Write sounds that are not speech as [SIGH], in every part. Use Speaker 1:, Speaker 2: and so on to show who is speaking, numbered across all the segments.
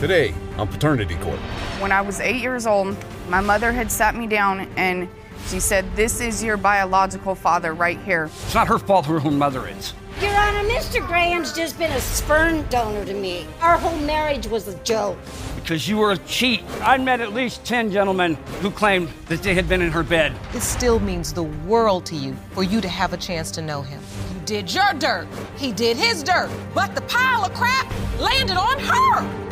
Speaker 1: Today on Paternity Court.
Speaker 2: When I was eight years old, my mother had sat me down and she said, This is your biological father right here.
Speaker 3: It's not her fault her own mother is.
Speaker 4: Your Honor, Mr. Graham's just been a sperm donor to me. Our whole marriage was a joke.
Speaker 3: Because you were a cheat. I met at least 10 gentlemen who claimed that they had been in her bed.
Speaker 5: It still means the world to you for you to have a chance to know him. You did your dirt, he did his dirt, but the pile of crap landed on her.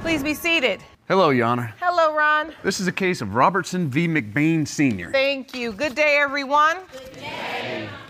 Speaker 6: Please be seated.
Speaker 7: Hello, Your Honor.
Speaker 6: Hello, Ron.
Speaker 7: This is a case of Robertson v. McBain Sr.
Speaker 6: Thank you. Good day, everyone.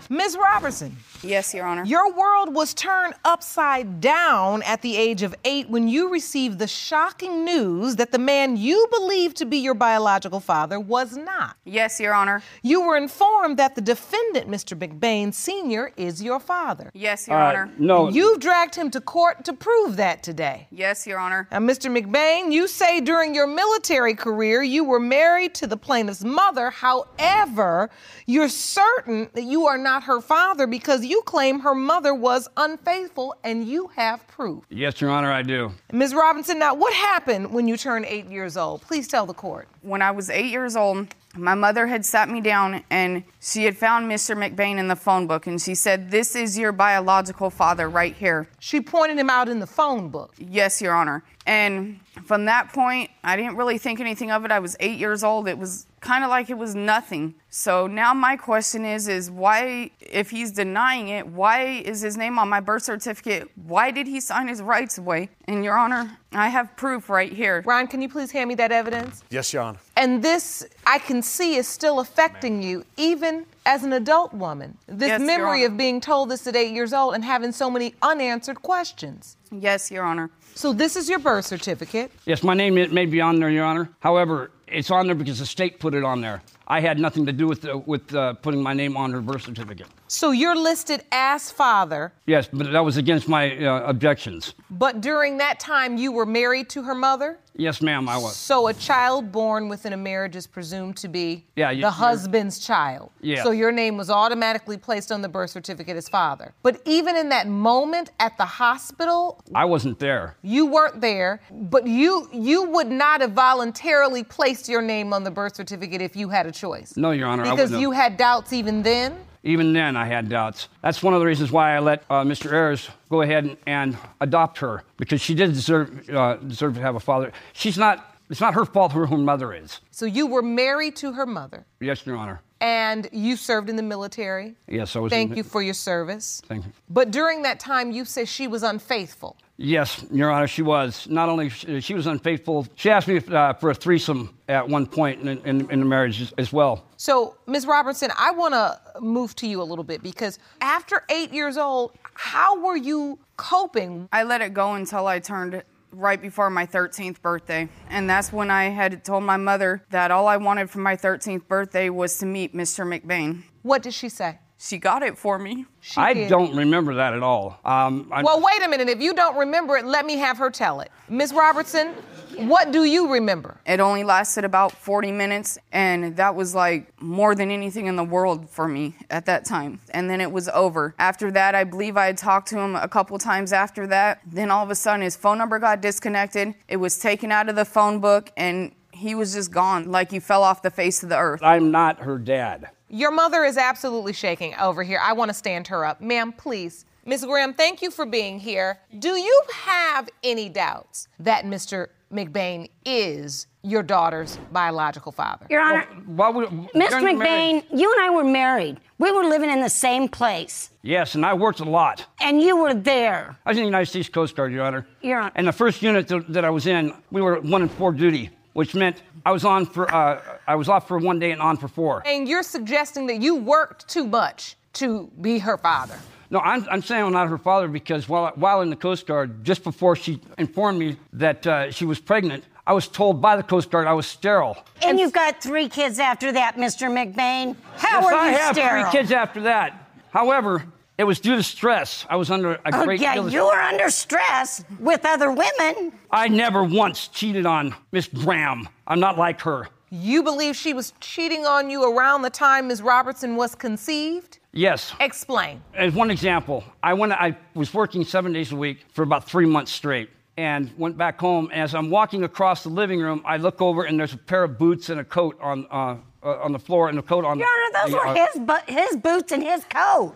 Speaker 5: Ms. Robertson,
Speaker 2: Yes, Your Honor.
Speaker 5: your world was turned upside down at the age of eight when you received the shocking news that the man you believed to be your biological father was not.
Speaker 2: yes, Your Honor.
Speaker 5: You were informed that the defendant, Mr. McBain Sr., is your father.
Speaker 2: Yes, Your
Speaker 3: Uh,
Speaker 2: Honor.
Speaker 3: no.
Speaker 5: You've dragged him to court to prove that today.
Speaker 2: Yes, Your Honor.
Speaker 5: Now, Mr. McBain, you say during your military career you were married to the plaintiff's mother. However, you're certain that you are not her father because you claim her mother was unfaithful and you have proof.
Speaker 3: Yes, Your Honor, I do.
Speaker 5: Ms. Robinson, now what happened when you turned eight years old? Please tell the court.
Speaker 2: When I was eight years old, my mother had sat me down and she had found Mr. McBain in the phone book and she said, This is your biological father right here.
Speaker 5: She pointed him out in the phone book.
Speaker 2: Yes, Your Honor. And from that point, I didn't really think anything of it. I was eight years old. It was kind of like it was nothing. So now my question is, is why, if he's denying it, why is his name on my birth certificate? Why did he sign his rights away? And Your Honor, I have proof right here.
Speaker 5: Ron, can you please hand me that evidence?
Speaker 1: Yes, Your Honor.
Speaker 5: And this, I can see, is still affecting you, even as an adult woman. This
Speaker 2: Yes, Your
Speaker 5: memory
Speaker 2: Honor.
Speaker 5: of being told this at eight years old and having so many unanswered questions.
Speaker 2: Yes, Your Honor.
Speaker 5: So, this is your birth certificate.
Speaker 3: Yes, my name may- may be on there, Your Honor. However, it's on there because the state put it on there. I had nothing to do with, uh, with uh, putting my name on her birth certificate.
Speaker 5: So, you're listed as father,
Speaker 3: Yes, but that was against my uh, objections.
Speaker 5: but during that time, you were married to her mother.
Speaker 3: Yes, ma'am, I was.
Speaker 5: So, a child born within a marriage is presumed to be
Speaker 3: Yeah, you-
Speaker 5: the
Speaker 3: you're-
Speaker 5: husband's child.
Speaker 3: Yeah.
Speaker 5: So, your name was automatically placed on the birth certificate as father. But even in that moment at the hospital,
Speaker 3: I wasn't there.
Speaker 5: You weren't there, but you you would not have voluntarily placed your name on the birth certificate if you had a choice.
Speaker 3: No, Your Honor, I
Speaker 5: Because
Speaker 3: wouldn't
Speaker 5: you
Speaker 3: have.
Speaker 5: had doubts even then.
Speaker 3: Even then, I had doubts. That's one of the reasons why I let uh, Mr. Ayers go ahead and, and adopt her because she did deserve uh, deserve to have a father. She's not. It's not her fault who her mother is.
Speaker 5: So you were married to her mother,
Speaker 3: Yes, Your Honor.
Speaker 5: and you served in the military.
Speaker 3: Yes, I was.
Speaker 5: Thank you for your service.
Speaker 3: Thank you.
Speaker 5: But during that time, you said she was unfaithful.
Speaker 3: Yes, Your Honor, she was. Not only uh, she, she was unfaithful. She asked me if, uh, for a threesome at one point in, in, in the marriage as, as well.
Speaker 5: So, Ms. Robertson, I want to move to you a little bit because after eight years old, how were you coping?
Speaker 2: I let it go until I turned right before my 13th birthday. And that's when I had told my mother that all I wanted for my 13th birthday was to meet Mr. McBain.
Speaker 5: What did she say?
Speaker 2: She got it for me.
Speaker 5: She
Speaker 3: I
Speaker 5: did.
Speaker 3: don't remember that at all. Um, I,
Speaker 5: Well, wait a minute. If you don't remember it, let me have her tell it. Ms. Robertson, what do you remember?
Speaker 2: It only lasted about 40 minutes, and that was like more than anything in the world for me at that time. And then it was over. After that, I believe I had talked to him a couple times after that. Then all of a sudden, his phone number got disconnected. It was taken out of the phone book, and he was just gone, like he fell off the face of the earth.
Speaker 3: I'm not her dad.
Speaker 5: Your mother is absolutely shaking over here. I want to stand her up. Ma'am, please. Ms. Graham, thank you for being here. Do you have any doubts that Mr. McBain is your daughter's biological father?
Speaker 4: Your Honor,
Speaker 3: Why would,
Speaker 4: Mr.
Speaker 3: during the
Speaker 4: McBain,
Speaker 3: marriage-
Speaker 4: you and I were married. We were living in the same place,
Speaker 3: Yes, and I worked a lot.
Speaker 4: and you were there.
Speaker 3: I was in the United States Coast Guard, Your Honor.
Speaker 4: Your Honor.
Speaker 3: And the first unit th- that I was in, we were one in four duty, which meant I was on for uh, I was off for one day and on for four.
Speaker 5: And you're suggesting that you worked too much to be her father.
Speaker 3: No, I'm, I'm saying I'm not her father because while while in the Coast Guard, just before she informed me that uh, she was pregnant, I was told by the Coast Guard I was sterile.
Speaker 4: And, you've got three kids after that, Mr. McBain. How
Speaker 3: yes,
Speaker 4: are
Speaker 3: I
Speaker 4: you
Speaker 3: have
Speaker 4: sterile?
Speaker 3: three kids after that. However, it was due to stress. I was under a
Speaker 4: Oh,
Speaker 3: great
Speaker 4: yeah,
Speaker 3: deal of
Speaker 4: you were under stress with other women.
Speaker 3: I never once cheated on Miss Graham. I'm not like her.
Speaker 5: You believe she was cheating on you around the time Ms. Robertson was conceived?
Speaker 3: Yes.
Speaker 5: Explain.
Speaker 3: As one example, I went. I was working seven days a week for about three months straight, and went back home. As I'm walking across the living room, I look over and there's a pair of boots and a coat on uh, uh, on the floor and a coat on.
Speaker 4: Your Honor, those
Speaker 3: the,
Speaker 4: were
Speaker 3: uh,
Speaker 4: his, bu- his boots and his coat.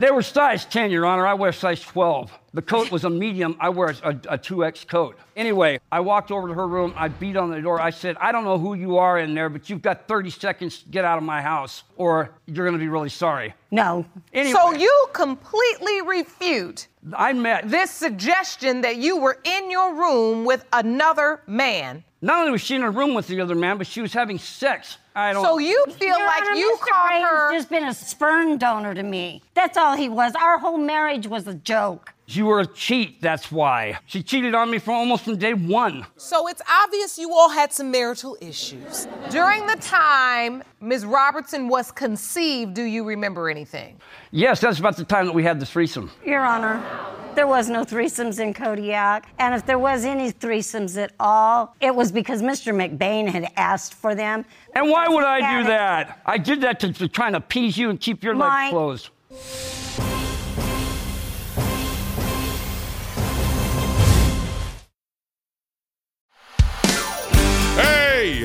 Speaker 3: They were size 10, Your Honor. I wear size 12. The coat was a medium. I wear a, a 2X coat. Anyway, I walked over to her room. I beat on the door. I said, I don't know who you are in there, but you've got 30 seconds to get out of my house, or you're going to be really sorry.
Speaker 4: No.
Speaker 3: Anyway,
Speaker 5: So you completely refute
Speaker 3: I met.
Speaker 5: this suggestion that you were in your room with another man.
Speaker 3: Not only was she in a room with the other man, but she was having sex. I don't.
Speaker 5: So you feel
Speaker 4: Your
Speaker 5: like
Speaker 4: Honor,
Speaker 5: you
Speaker 4: Mr.
Speaker 5: caught
Speaker 4: Graham's
Speaker 5: her.
Speaker 4: just been a sperm donor to me. That's all he was. Our whole marriage was a joke.
Speaker 3: You were a cheat. That's why she cheated on me from almost from day one.
Speaker 5: So it's obvious you all had some marital issues. During the time Ms. Robertson was conceived, do you remember anything?
Speaker 3: Yes, that's about the time that we had the threesome.
Speaker 4: Your Honor, there was no threesomes in Kodiak. And if there was any threesomes at all, it was because Mr. McBain had asked for them.
Speaker 3: And why would I
Speaker 4: Yeah,
Speaker 3: do that? I did that to, to try and appease you and keep your legs
Speaker 4: Mike.
Speaker 3: closed.
Speaker 8: Hey,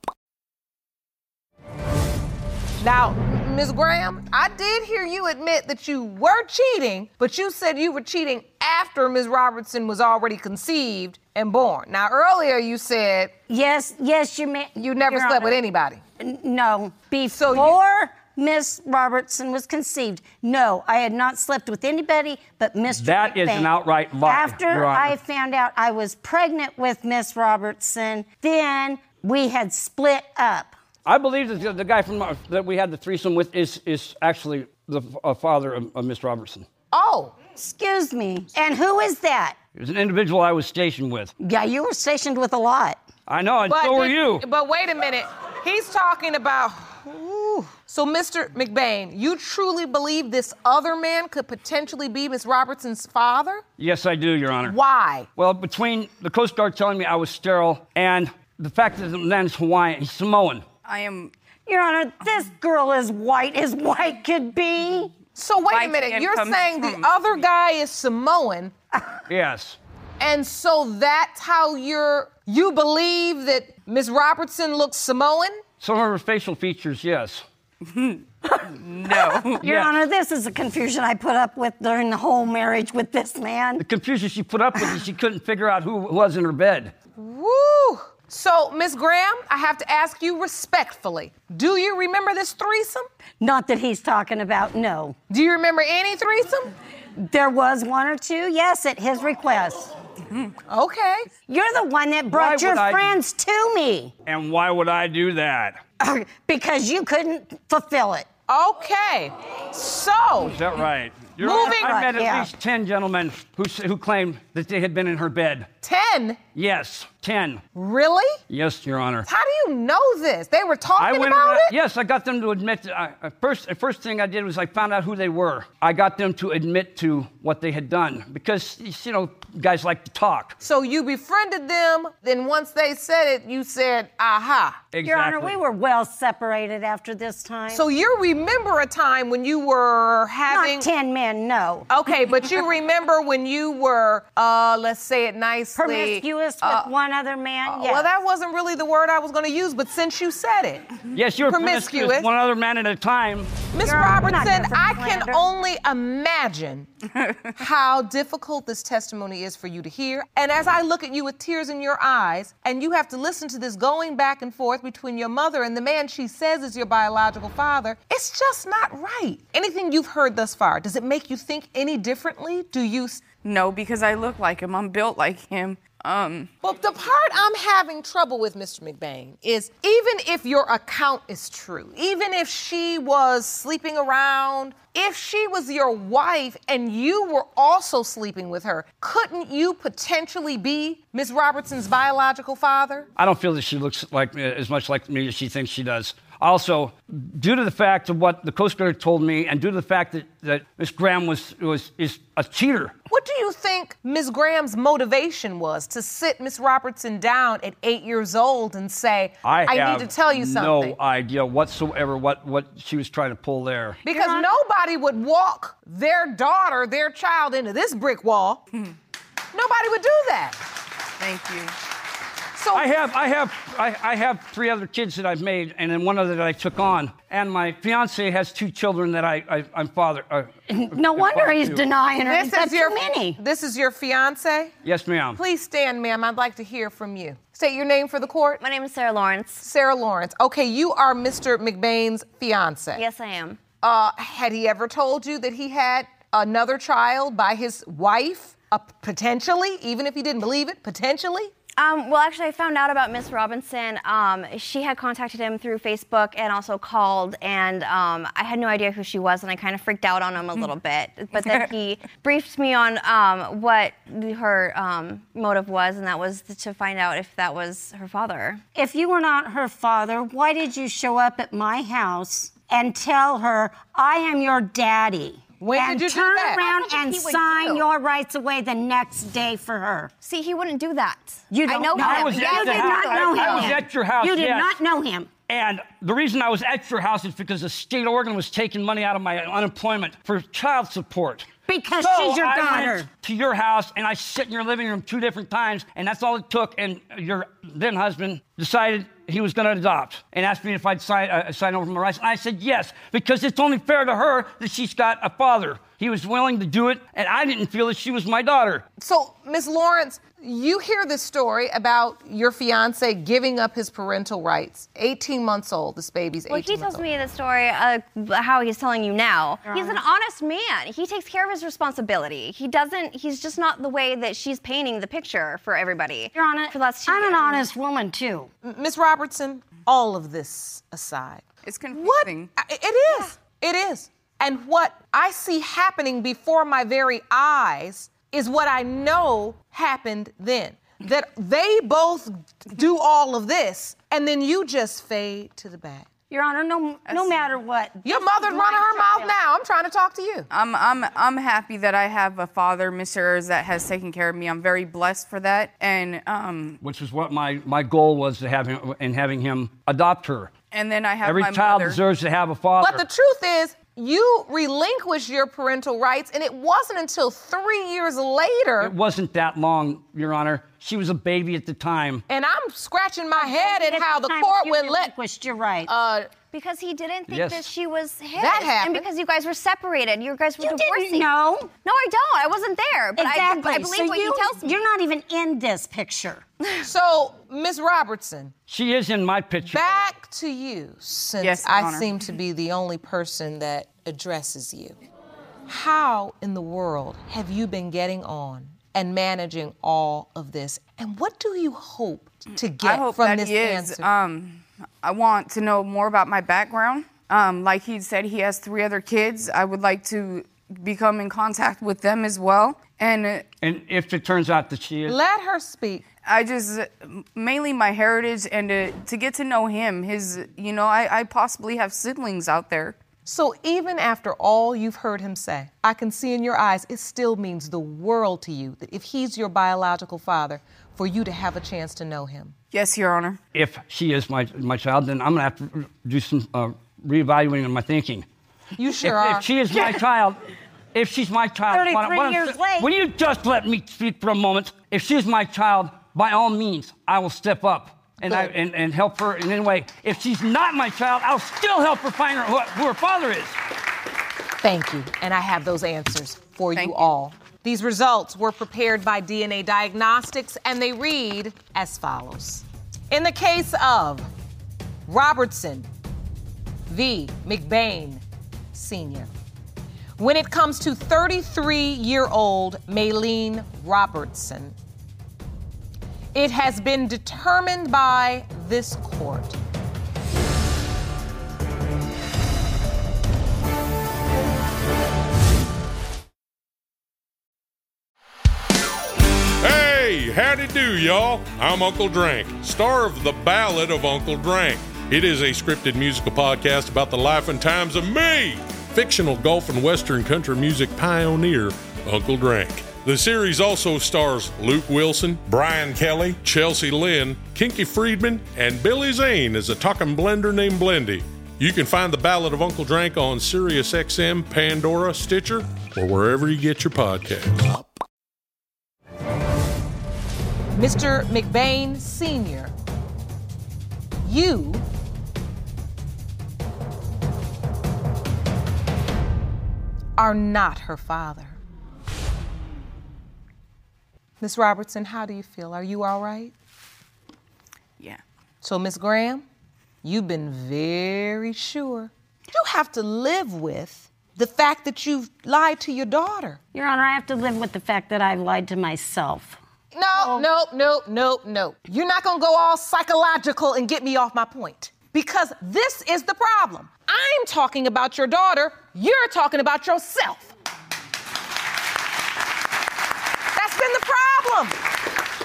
Speaker 5: Now, Ms. Graham, I did hear you admit that you were cheating, but you said you were cheating after Ms. Robertson was already conceived and born. Now, earlier you said
Speaker 4: Yes, yes, you meant.
Speaker 5: you never
Speaker 4: Your
Speaker 5: slept
Speaker 4: Honor.
Speaker 5: with anybody.
Speaker 4: N- No.
Speaker 5: So you-
Speaker 4: Before Miss Robertson was conceived, no, I had not slept with anybody but Mr.
Speaker 3: That is
Speaker 4: McBain.
Speaker 3: an outright lie,
Speaker 4: After
Speaker 3: Your Honor.
Speaker 4: I found out I was pregnant with Miss Robertson, then we had split up.
Speaker 3: I believe that the, the guy from uh, that we had the threesome with is is actually the f- uh, father of, of Miss Robertson.
Speaker 5: Oh,
Speaker 4: Excuse me. And who is that?
Speaker 3: It was an individual I was stationed with.
Speaker 4: Yeah, you were stationed with a lot.
Speaker 3: I know, and
Speaker 5: but
Speaker 3: so were
Speaker 5: did-
Speaker 3: you.
Speaker 5: But wait a minute. He's talking about. Ooh. So, Mr. McBain, you truly believe this other man could potentially be Ms. Robertson's father?
Speaker 3: Yes, I do, Your Honor.
Speaker 5: Why?
Speaker 3: Well, between the Coast Guard telling me I was sterile and the fact that the man is Hawaiian, he's Samoan.
Speaker 2: I am
Speaker 4: Your Honor, this girl is white as white could be.
Speaker 5: So, wait
Speaker 2: Like,
Speaker 5: a minute.
Speaker 2: it
Speaker 5: You're
Speaker 2: comes
Speaker 5: saying
Speaker 2: from-
Speaker 5: the other guy is Samoan,
Speaker 3: Yes.
Speaker 5: and so that's how you're. You believe that Ms. Robertson looks Samoan?
Speaker 3: Some of her facial features, yes. [LAUGHS]
Speaker 2: no.
Speaker 4: Your
Speaker 3: Yes.
Speaker 4: Honor, this is the confusion I put up with during the whole marriage with this man.
Speaker 3: The confusion she put up with is she couldn't figure out who was in her bed.
Speaker 5: Woo! So, Ms. Graham, I have to ask you respectfully do you remember this threesome?
Speaker 4: Not that he's talking about, no.
Speaker 5: Do you remember any threesome?
Speaker 4: There was one or two, yes, at his request.
Speaker 5: Okay.
Speaker 4: You're the one that brought
Speaker 3: Why
Speaker 4: your
Speaker 3: would I-
Speaker 4: friends to me
Speaker 3: And why would I do that?
Speaker 4: because you couldn't fulfill it.
Speaker 5: Okay. So,
Speaker 3: Is that right? Your
Speaker 5: Moving
Speaker 3: Honor, I met
Speaker 4: right, yeah.
Speaker 3: at least 10 gentlemen who, s- who claimed that they had been in her bed.
Speaker 5: 10.
Speaker 3: Yes, 10.
Speaker 5: Mm. Really?
Speaker 3: Yes, Your Honor.
Speaker 5: How do you know this? They were talking about
Speaker 3: around-
Speaker 5: it?
Speaker 3: Yes, I got them to admit. To, I, I- first, the first thing I did was I found out who they were. I got them to admit to what they had done because you know guys like to talk.
Speaker 5: So you befriended them, then once they said it, you said, aha.
Speaker 3: Exactly.
Speaker 4: Your Honor, we were well separated after this time.
Speaker 5: So you remember a time when you were having.
Speaker 4: not 10 men, no.
Speaker 5: Okay, but
Speaker 4: [LAUGHS]
Speaker 5: you remember when you were, uh, let's say it nicely.
Speaker 4: Promiscuous
Speaker 5: uh,
Speaker 4: with one other man, yes.
Speaker 5: Well, that wasn't really the word I was going to use, but since you said it,
Speaker 3: Yes, you were
Speaker 5: promiscuous.
Speaker 3: one other man at a time.
Speaker 5: Miss
Speaker 4: Girl, I'm not
Speaker 5: Robertson,
Speaker 4: here for
Speaker 5: I can
Speaker 4: slander.
Speaker 5: only
Speaker 4: [LAUGHS]
Speaker 5: imagine how difficult this testimony is for you to hear. And as I look at you with tears in your eyes, and you have to listen to this going back and forth between your mother and the man she says is your biological father, it's just not right. Anything you've heard thus far, does it make you think any differently? Do you s-
Speaker 2: No, because I look like him. I'm built like him. Um,
Speaker 5: Well, the part I'm having trouble with, Mr. McBain, is even if your account is true, even if she was sleeping around, if she was your wife and you were also sleeping with her, couldn't you potentially be Miss Robertson's biological father?
Speaker 3: I don't feel that she looks like me, as much like me as she thinks she does. Also, due to the fact of what the Coast Guard told me, and due to the fact that, that Miss Graham was was is a cheater.
Speaker 5: What do you think Ms. Graham's motivation was to sit Miss Robertson down at eight years old and say,
Speaker 3: I, have
Speaker 5: need to tell you something?
Speaker 3: No idea whatsoever what what she was trying to pull there.
Speaker 5: Because nobody would walk their daughter, their child into this brick wall. nobody would do that.
Speaker 2: thank you.
Speaker 5: So
Speaker 3: I have, I have, I, I have three other kids that I've made, and then one other that I took on. And my fiance has two children that I, I I'm father. Uh,
Speaker 4: no wonder he's
Speaker 3: you.
Speaker 4: denying her.
Speaker 5: this
Speaker 4: He's got
Speaker 5: is your
Speaker 4: too many.
Speaker 5: This is your fiance.
Speaker 3: yes, ma'am.
Speaker 5: Please stand, ma'am. I'd like to hear from you. State your name for the court.
Speaker 9: My name is Sarah Lawrence.
Speaker 5: Sarah Lawrence. Okay, you are Mr. McBain's fiance.
Speaker 9: Yes, I am.
Speaker 5: Uh, had he ever told you that he had another child by his wife? Uh, potentially, even if he didn't believe it, potentially.
Speaker 9: Um, well, actually, I found out about Miss Robinson. Um, she had contacted him through Facebook and also called, and um, I had no idea who she was, and I kind of freaked out on him a little bit. But then he briefed me on um, what her um, motive was, and that was to find out if that was her father.
Speaker 4: If you were not her father, why did you show up at my house and tell her, I am your daddy?
Speaker 5: When
Speaker 4: and
Speaker 5: did you do
Speaker 4: turn
Speaker 5: that?
Speaker 4: around
Speaker 9: That's what
Speaker 4: and
Speaker 9: he would
Speaker 4: sign
Speaker 9: do.
Speaker 4: your rights away the next day for her.
Speaker 9: See, he wouldn't do that.
Speaker 4: You don't
Speaker 9: I know,
Speaker 4: know.
Speaker 9: him.
Speaker 4: I
Speaker 3: was
Speaker 4: you
Speaker 3: at the
Speaker 9: Yes,
Speaker 4: did
Speaker 9: I
Speaker 3: house.
Speaker 4: not know him.
Speaker 3: I was at your house,
Speaker 4: You did
Speaker 3: yes.
Speaker 4: not know him.
Speaker 3: And the reason I was at your house is because the state of Oregon was taking money out of my unemployment for child support.
Speaker 4: Because
Speaker 3: So
Speaker 4: she's your
Speaker 3: I
Speaker 4: daughter.
Speaker 3: went to your house, and I sit in your living room two different times, and that's all it took. And your then husband decided he was going to adopt and asked me if I'd sign, uh, sign over my rights. And I said yes, because it's only fair to her that she's got a father. He was willing to do it, and I didn't feel that she was my daughter.
Speaker 5: So, Miss Lawrence, you hear this story about your fiance giving up his parental rights. 18 months old, this baby's 18
Speaker 9: Well, he tells
Speaker 5: months
Speaker 9: me
Speaker 5: old.
Speaker 9: the story uh, how he's telling you now. He's an
Speaker 4: Uh-huh.
Speaker 9: honest man. He takes care of his responsibility. He doesn't. He's just not the way that she's painting the picture for everybody.
Speaker 4: Your Honor,
Speaker 9: for the last two
Speaker 4: I'm an
Speaker 9: years.
Speaker 4: honest woman too.
Speaker 5: Miss Robertson, all of this aside.
Speaker 2: It's
Speaker 5: What?
Speaker 2: confusing.
Speaker 5: I- It is. It is. And what I see happening before my very eyes is what I know happened then. That they both do all of this, and then you just fade to the back.
Speaker 4: Your Honor, no, no matter what.
Speaker 5: Your mother's running her mouth now. I'm trying to talk to you.
Speaker 2: I'm, I'm, I'm happy that I have a father, Mr. Ayers, that has taken care of me. I'm very blessed for that. And um,
Speaker 3: Which is what my, my goal was to have him and having him adopt her.
Speaker 2: and then I have
Speaker 3: Every
Speaker 2: my
Speaker 3: child
Speaker 2: mother.
Speaker 3: deserves to have a father.
Speaker 5: But the truth is, you relinquished your parental rights, and it wasn't until three years later.
Speaker 3: it wasn't that long, Your Honor. She was a baby at the time.
Speaker 5: And I'm scratching my head at
Speaker 4: At
Speaker 5: how the
Speaker 4: time,
Speaker 5: court
Speaker 4: you
Speaker 5: wouldn't let.
Speaker 4: relinquished your rights.
Speaker 5: Uh,
Speaker 9: because he didn't think
Speaker 3: Yes.
Speaker 9: that she was his.
Speaker 5: That happened.
Speaker 9: And because you guys were separated, you guys were
Speaker 4: You didn't
Speaker 9: divorcing.
Speaker 4: know.
Speaker 9: No, I don't. I wasn't there. But I-
Speaker 4: exactly.
Speaker 9: I, believe
Speaker 4: so
Speaker 9: what
Speaker 4: you,
Speaker 9: he tells me.
Speaker 4: You're not even in this picture.
Speaker 5: so, Miss Robertson,
Speaker 3: She is in my picture.
Speaker 5: back to you, since
Speaker 2: Yes, Your
Speaker 5: I
Speaker 2: Honor.
Speaker 5: seem to be the only person that addresses you. How in the world have you been getting on and managing all of this? And what do you hope to get
Speaker 2: I hope
Speaker 5: from
Speaker 2: that
Speaker 5: this
Speaker 2: he is.
Speaker 5: answer?
Speaker 2: Um, I want to know more about my background. Um, like he said, he has three other kids. I would like to become in contact with them as well. And uh,
Speaker 3: And if it turns out that she is,
Speaker 5: let her speak.
Speaker 2: I just mainly my heritage and to, to get to know him. His, you know, I, I possibly have siblings out there.
Speaker 5: So even after all you've heard him say, I can see in your eyes it still means the world to you that if he's your biological father, for you to have a chance to know him.
Speaker 2: Yes, Your Honor.
Speaker 3: If she is my, my child, then I'm going to have to do some uh, reevaluating of my thinking.
Speaker 5: You sure
Speaker 3: if,
Speaker 5: are.
Speaker 3: if she is
Speaker 5: [LAUGHS]
Speaker 3: my child, if she's my child, why don't-
Speaker 4: 33
Speaker 3: why don't-
Speaker 4: years late.
Speaker 3: Will you just let me speak for a moment? If she's my child, by all means, I will step up and, I,
Speaker 5: Good.
Speaker 3: and, and help her in any way. If she's not my child, I'll still help her find her, who, who her father is.
Speaker 5: Thank you. And I have those answers for
Speaker 2: Thank
Speaker 5: you
Speaker 2: you.
Speaker 5: all. These results were prepared by DNA Diagnostics and they read as follows. In the case of Robertson v. McBain Sr., when it comes to 33 year old Maylene Robertson, it has been determined by this court
Speaker 8: Hey, howdy do, y'all. I'm Uncle Drank, star of The Ballad of Uncle Drank. It is a scripted musical podcast about the life and times of me, fictional golf and western country music pioneer, Uncle Drank. The series also stars Luke Wilson, Brian Kelly, Chelsea Lynn, Kinky Friedman, and Billy Zane as a talking blender named Blendy. You can find The Ballad of Uncle Drank on SiriusXM, Pandora, Stitcher, or wherever you get your podcasts.
Speaker 5: Mr. McBain Sr., you are not her father. Miss Robertson, how do you feel? Are you all right?
Speaker 2: Yeah.
Speaker 5: So, Miss Graham, you've been very sure. You have to live with the fact that you've lied to your daughter.
Speaker 4: Your Honor, I have to live with the fact that I've lied to myself.
Speaker 5: No, no, no, no, no. You're not gonna go all psychological and get me off my point. Because this is the problem. I'm talking about your daughter, you're talking about yourself. That's been the problem.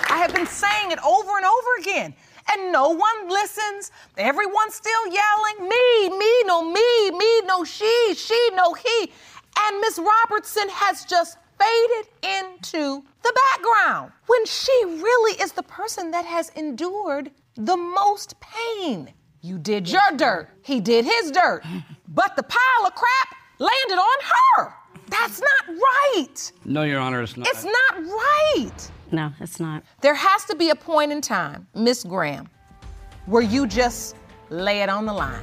Speaker 5: I have been saying it over and over again. And no one listens. Everyone's still yelling, me, me, no me, me, no she, she, no he. And Miss Robertson has just faded into the background when she really is the person that has endured the most pain. You did your dirt, he did his dirt. But the pile of crap landed on her. That's not right.
Speaker 3: No, Your Honor, it's not.
Speaker 5: It's not right.
Speaker 4: No, it's not.
Speaker 5: There has to be a point in time, Miss Graham, where you just lay it on the line.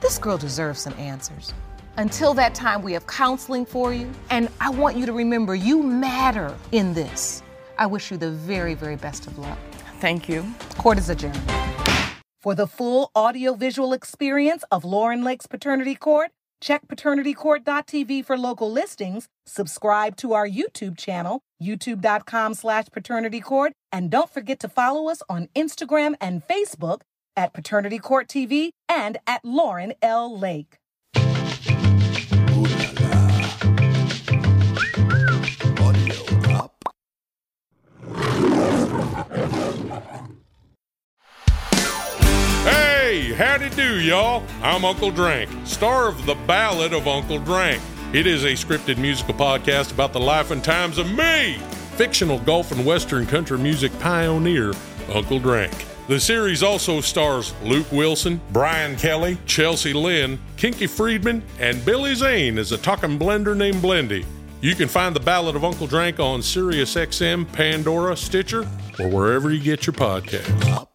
Speaker 5: This girl deserves some answers. Until that time, we have counseling for you, and I want you to remember you matter in this. I wish you the very, very best of luck.
Speaker 2: Thank you.
Speaker 5: Court is adjourned.
Speaker 10: For the full audiovisual experience of Lauren Lake's Paternity Court, check paternitycourt.tv for local listings, subscribe to our YouTube channel, youtube.com slash paternitycourt, and don't forget to follow us on Instagram and Facebook at Paternity Court TV and at Lauren L. Lake.
Speaker 8: Hey, howdy do, y'all. I'm Uncle Drank, star of The Ballad of Uncle Drank. It is a scripted musical podcast about the life and times of me, fictional golf and western country music pioneer, Uncle Drank. The series also stars Luke Wilson, Brian Kelly, Chelsea Lynn, Kinky Friedman, and Billy Zane as a talking blender named Blendy. You can find The Ballad of Uncle Drank on SiriusXM, Pandora, Stitcher, or wherever you get your podcasts.